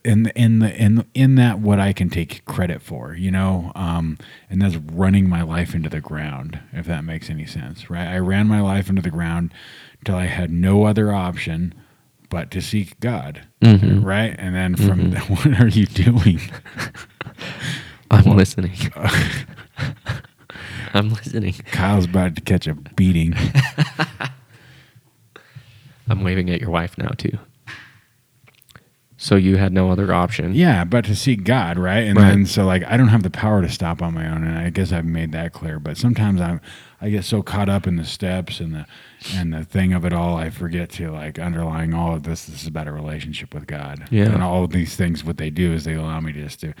in the, in the in in that what I can take credit for, you know, um, and that's running my life into the ground, if that makes any sense, right? I ran my life into the ground till I had no other option but to seek God, right? And then from the, what are you doing?
I'm listening. I'm listening.
Kyle's about to catch a beating.
I'm waving at your wife now too. So you had no other option.
Yeah, but to seek God, right? And
Right.
then so like I don't have the power to stop on my own, and I guess I've made that clear. But sometimes I'm I get so caught up in the steps and the and the thing of it all, I forget to like underlying all of this. This is about a relationship with God.
Yeah.
and all of these things, what they do is they allow me just to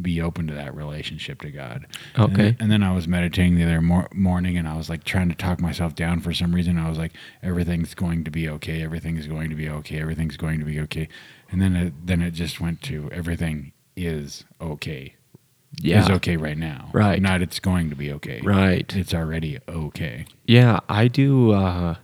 be open to that relationship to God. And
Okay.
then, and then I was meditating the other mor- morning, and I was like trying to talk myself down for some reason. I was like, everything's going to be okay. Everything's going to be okay. Everything's going to be okay. And then it, then it just went to everything is okay.
Yeah.
Is okay right now.
Right.
Not it's going to be okay.
Right.
It's already okay.
Yeah, I do uh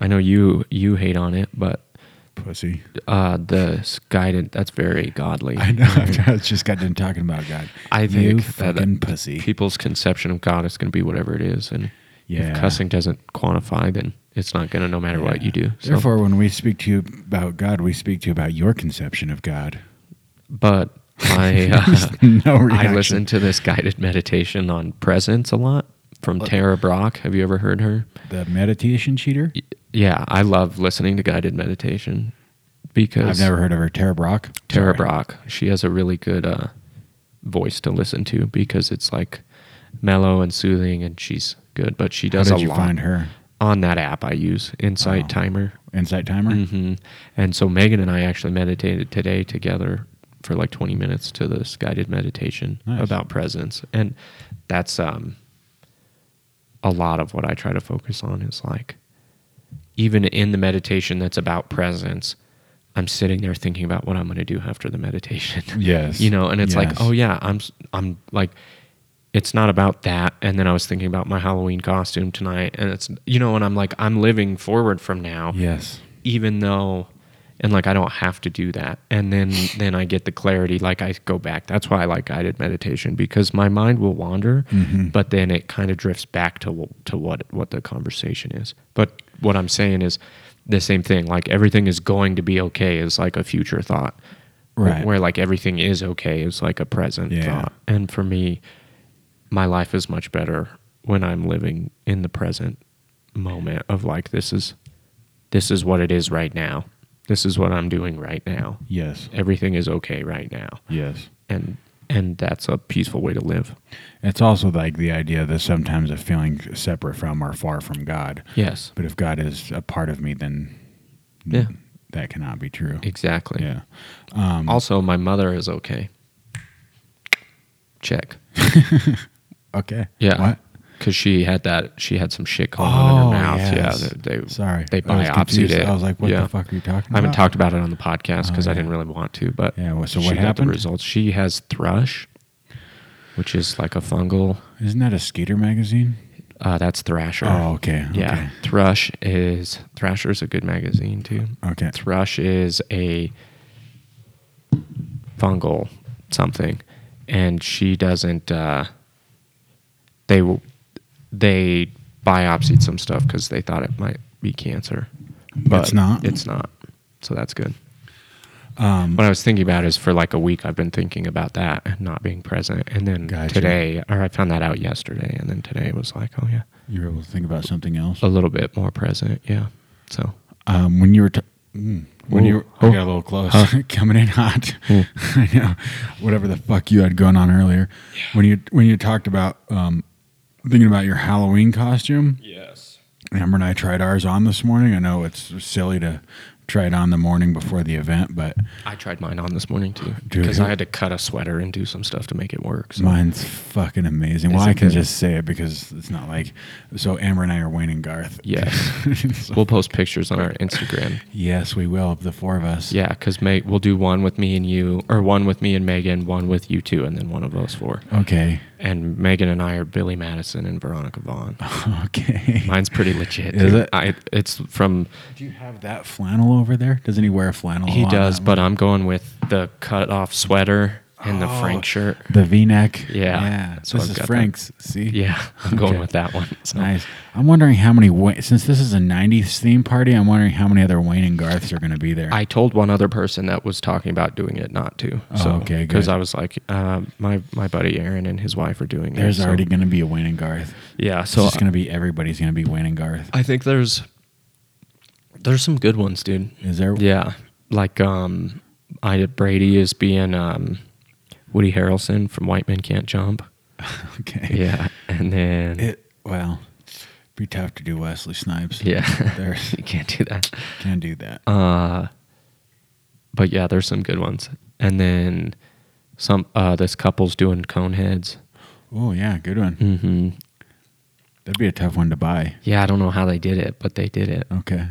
I know you you hate on it, but
Pussy.
uh the s- guidance that's very godly.
I know. I just got done talking about God.
I
you
think that- uh,
fucking pussy.
People's conception of God is going to be whatever it is and
Yeah.
if cussing doesn't quantify then it's not going to no matter what
Yeah.
you do. So
Therefore, when we speak to you about God, we speak to you about your conception of God.
but I uh,
No reaction.
I listen to this guided meditation on presence a lot from Tara Brock. Have you ever heard her?
The meditation cheater?
Yeah, I love listening to guided meditation because
I've never heard of her. Tara Brock.
Tara
Sorry.
Brock, she has a really good uh, voice to listen to because it's like mellow and soothing, and she's good. But she
How
does
did
a
you
lot
find her?
on that app I use, Insight
Oh.
Timer.
Insight timer.
hmm And so Megan and I actually meditated today together for like 20 minutes to this guided meditation
Nice.
about presence, and that's um, a lot of what I try to focus on is like even in the meditation that's about presence. I'm sitting there thinking about what I'm going to do after the meditation.
Yes.
you know and it's like
Yes.
oh yeah i'm s- i'm like it's not about that and then i was thinking about my halloween costume tonight and it's you know and i'm like i'm living forward from now
Yes.
even though and like i don't have to do that and then then i get the clarity like i go back that's why i like guided meditation because my mind will wander
Mm-hmm.
but then it kind of drifts back to wh- to what what the conversation is but what i'm saying is the same thing like everything is going to be okay is like a future thought
Right.
where like everything is okay is like a present
Yeah.
thought and for me my life is much better when i'm living in the present moment of like this is this is what it is right now. This is what I'm doing right now.
Yes.
Everything is okay right now.
Yes.
And and that's a peaceful way to live.
It's also like the idea that sometimes of feeling separate from or far from God.
Yes.
But if God is a part of me, then
Yeah.
that cannot be true.
Exactly.
Yeah.
Also, my mother is okay. Check.
Okay.
Yeah.
What?
Cuz she had that she had some shit going on in her mouth.
Oh, yes.
Yeah, they, they
Sorry.
They
I was
biopsied
confused.
it.
I was like, what
Yeah.
the fuck are you talking
I haven't
about?
talked about it on the podcast because
Oh,
I
yeah.
didn't really want to, but
Yeah, well, so
she
what
got the
happened?
results. She has thrush, which is like a fungal.
Isn't that a skater magazine?
Uh, that's thrasher.
Oh, okay.
Yeah, Thrush is Thrasher's a good magazine too.
Okay. okay.
Thrush is a fungal something, and she doesn't. Uh, they w- they biopsied some stuff because they thought it might be cancer, but
It's not? Um,
It's not. So that's good. what I was thinking about is for like a week I've been thinking about that and not being present, and then
Gotcha.
today, or I found that out yesterday, and then today was like, oh yeah
You were able to think about something else.
a little bit more present. Yeah. So
Um, when you were t- mm, when you were,
Ooh.
I got a little close coming in hot.
Ooh.
I know whatever the fuck you had going on earlier. When you when you talked about um, thinking about your Halloween costume,
yes,
Amber and I tried ours on this morning. I know it's silly to try it on the morning before the event, but
I tried mine on this morning too
Dude,
because
who-
I had to cut a sweater and do some stuff to make it work. So
mine's fucking amazing. Well,
Is it
I can
good?
just say it because it's not like so. Amber and I are Wayne and Garth.
yes,
So-
we'll post pictures on our Instagram.
yes, we will. The four of us.
Yeah, because we'll do one with me and you, or one with me and Megan, one with you two, and then one of us four.
Okay.
And Megan and I are Billy Madison and Veronica Vaughn.
Okay.
Mine's pretty legit.
Is
dude.
it?
I, it's from
Do you have that flannel over there? Does he wear a flannel?
he
on
does,
that
but I'm going with the cut off sweater and the
Oh.
Frank shirt.
one? the V-neck.
Yeah.
yeah.
So
this
I've
is
got that.
Frank's. See,
Yeah, I'm going
Okay.
with that one. So.
nice. I'm wondering how many Wa- since this is a '90s theme party. I'm wondering how many other Wayne and Garths are going to be there.
I told one other person that was talking about doing it not to. so,
Oh, okay,
Because
good.
I was like, uh, my my buddy Aaron and his wife are doing.
There's
it, so-
already going to be a Wayne and Garth.
yeah.
So
So
it's just going to be everybody's going to be Wayne and Garth.
I think there's there's some good ones, dude.
Is there?
Yeah, like um, I Brady is being um, Woody Harrelson from White Men Can't Jump.
Okay.
Yeah, and then
It well, be tough to do Wesley Snipes.
yeah,
There
you can't do that.
can do that.
Uh, but yeah, there's some good ones. And then some uh, this couple's doing Coneheads.
oh yeah, good one.
hmm
That'd be a tough one to buy.
Yeah, I don't know how they did it, but they did it.
Okay.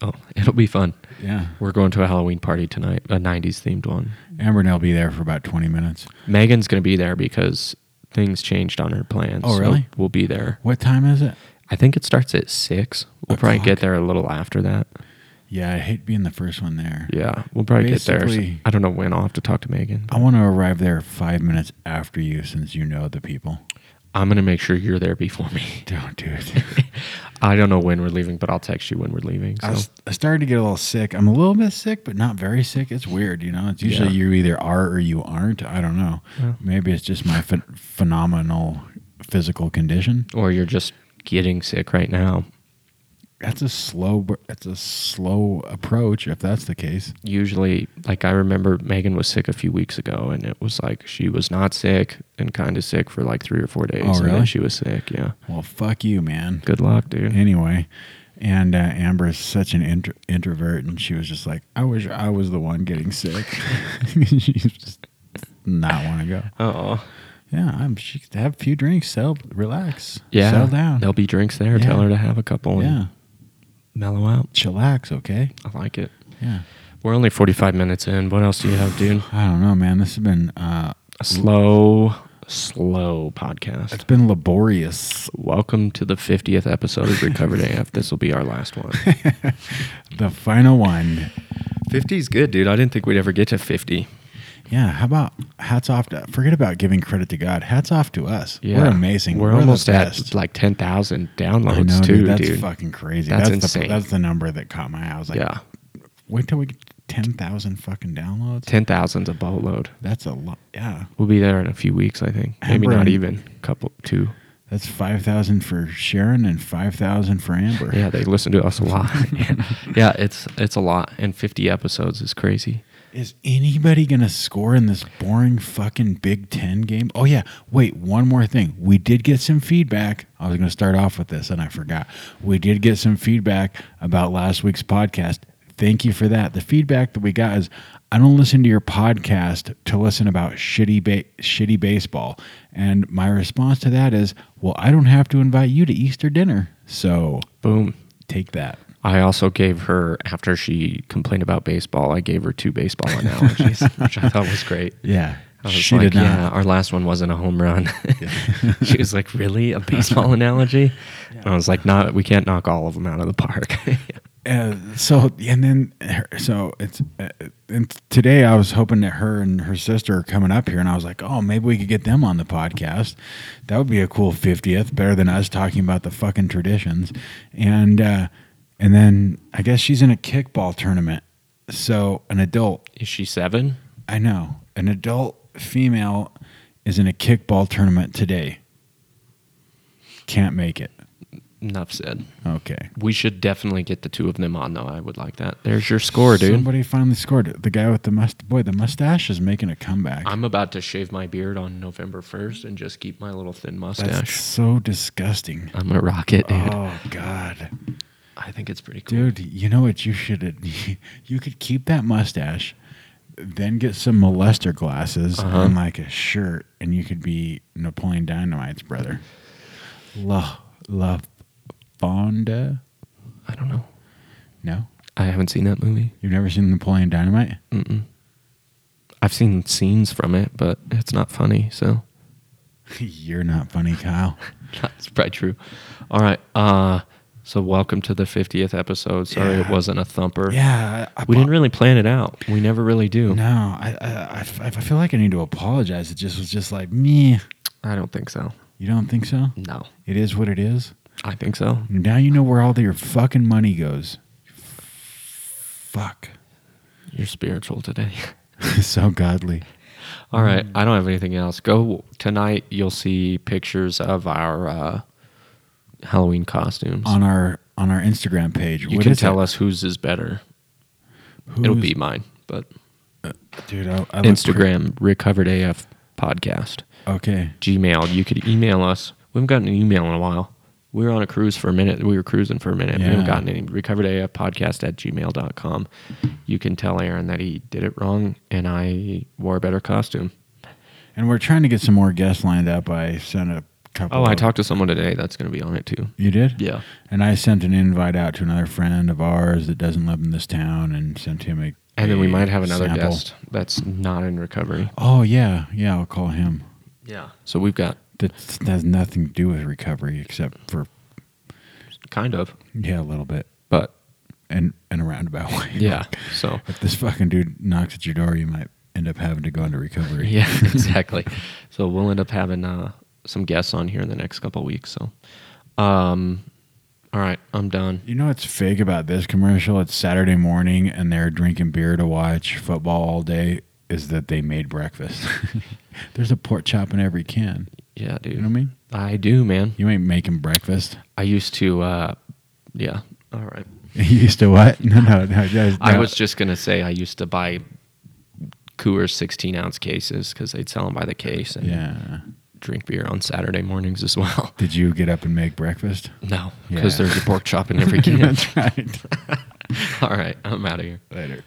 So it'll be fun.
Yeah.
We're going to a Halloween party tonight, a 90s themed one.
Amber and I'll be there for about 20 minutes.
Megan's going to be there because things changed on her plans.
Oh,
so
really?
we'll be there.
What time is it?
I think it starts at 6. We'll probably get
O'clock.
there a little after that.
Yeah, I hate being the first one there.
Yeah, we'll probably get there.
Basically-
I don't know when. I'll have to talk to Megan.
I want to arrive there five minutes after you since you know the people.
I'm going to make sure you're there before me.
Don't do it.
I don't know when we're leaving, but I'll text you when we're leaving. So.
I, was, I started to get a little sick. I'm a little bit sick, but not very sick. It's weird, you know? It's usually
Yeah.
you either are or you aren't. I don't know.
Yeah.
Maybe it's just my ph- phenomenal physical condition.
or you're just getting sick right now.
That's that's a slow bur- that's a slow approach if that's the case.
usually like I remember Megan was sick a few weeks ago and it was like she was not sick and kind of sick for like 3 or 4 days
Oh,
and then
really?
she was sick, yeah.
Well, fuck you, man.
Good luck, dude.
Anyway, and uh, Amber is such an intro- introvert, and she was just like, "I wish I was the one getting sick." she just not want to go.
Oh.
Yeah, I'm. She could have a few drinks, settle, relax,
Yeah.
settle down.
There'll be drinks there. Tell
Yeah.
her to have a couple and
Yeah,
mellow out.
chillax, okay?
I like it.
Yeah.
We're only 45 minutes in. What else do you have, dude?
I don't know, man. This has been uh,
A slow slow podcast.
it's been laborious.
Welcome to the 50th episode of Recovered AF. This will be our last one.
The final one.
50 is good, dude. I didn't think we'd ever get to 50.
Yeah. How about hats off to? Forget about giving credit to God. Hats off to us. We're amazing.
We're,
the
almost
best.
at like 10,000 downloads
I know,
too,
dude. That's
dude.
fucking crazy.
That's
That's, the,
insane.
that's the number that caught my eye. I was like,
yeah.
wait till we get ten thousand fucking downloads.
10,000's a boatload.
That's a lot. Yeah.
We'll be there in a few weeks, I think. Maybe
Amber
not
and-
even. Couple, two.
That's five thousand for Sharon and five thousand for Amber.
Yeah, they listen to us a lot. yeah, it's it's a lot. And 50 episodes is crazy.
Is anybody gonna score in this boring fucking Big Ten game? Oh yeah. Wait, one more thing. We did get some feedback. I was gonna start off with this and I forgot. We did get some feedback about last week's podcast. Thank you for that. The feedback that we got is I don't listen to your podcast to listen about shitty ba- shitty baseball. And my response to that is, well, I don't have to invite you to Easter dinner. So
Boom.
take that.
I also gave her, after she complained about baseball, I gave her two baseball analogies, which I thought was great.
Yeah.
I was
She
like,
did not.
yeah, our last one wasn't a home run. she was like, really? A baseball analogy? And I was like, no, we can't knock all of them out of the park.
Uh, so and then her, so it's uh, and today I was hoping that her and her sister are coming up here and I was like, "Oh, maybe we could get them on the podcast. That would be a cool 50th, better than us talking about the fucking traditions." And uh and then I guess she's in a kickball tournament. So an adult,
Is she seven?
I know, an adult female is in a kickball tournament today. Can't make it.
Enough said.
Okay.
We should definitely get the two of them on, though. I would like that. There's your score, dude.
Somebody finally scored. The guy with the must boy, the mustache is making a comeback.
I'm about to shave my beard on November 1st and just keep my little thin
That's
mustache.
so disgusting.
I'm a rocket, dude.
Oh God,
I think it's pretty cool.
dude! You know what you should? You could keep that mustache, then get some molester glasses
Uh-huh.
and like a shirt, and you could be Napoleon Dynamite's brother. La La Fonda?
I don't know.
No,
I haven't seen that movie.
you've never seen Napoleon Dynamite.
I've seen scenes from it, but it's not funny, so
You're not funny, Kyle.
that's probably true. All right. Uh, so welcome to the 50th episode. Sorry it
Yeah.
wasn't a thumper.
Yeah, I, I
We didn't really plan it out. We never really do.
No, I, I, I f- I feel like I need to apologize. It just was just like me.
I don't think so.
You don't think so?
No.
It is what it is.
I think so.
Now you know where all your fucking money goes. Fuck.
You're spiritual today.
so godly.
All right,
Mm.
I don't have anything else. Go tonight. You'll see pictures of our uh, Halloween costumes.
On our on our Instagram page,
you
what
can
is
tell
it?
us whose is better.
Who
It'll
is-
be mine, but
dude. I, I look
Instagram Recovered AF Podcast,
pre- okay.
Gmail. You could email us. We haven't gotten an email in a while. We were on a cruise for a minute. We were cruising for a minute. We haven't
Yeah.
gotten any. Recovered AF Podcast at gmail.com. You can tell Aaron that he did it wrong and I wore a better costume.
And we're trying to get some more guests lined up. I sent a couple.
Oh, I
of-
talked to someone today that's going to be on it too.
You did?
Yeah.
And I sent an invite out to another friend of ours that doesn't live in this town, and sent him a.
And then we might have another
sample.
guest that's not in recovery.
Oh yeah, yeah. I'll call him.
Yeah. So we've got
That has nothing to do with recovery except for
kind of,
yeah, a little bit
but
and in a roundabout way.
yeah. So
If this fucking dude knocks at your door, you might end up having to go into recovery.
yeah, exactly. so we'll end up having uh, some guests on here in the next couple weeks. So, um, all right, I'm done.
You know what's fake about this commercial? It's Saturday morning and they're drinking beer to watch football all day. Is that they made breakfast? There's a pork chop in every can.
Yeah, dude.
You know what I mean?
I do, man.
You ain't making breakfast.
I used to, uh, yeah, All right.
You used to what? No, no, no. that was-
I
no.
was just gonna say I used to buy Coors 16 ounce cases because they'd sell them by the case and
Yeah.
drink beer on Saturday mornings as well.
Did you get up and make breakfast?
No, because
Yeah.
there's a pork chop in every can.
That's right.
All right, I'm out of here.
Later.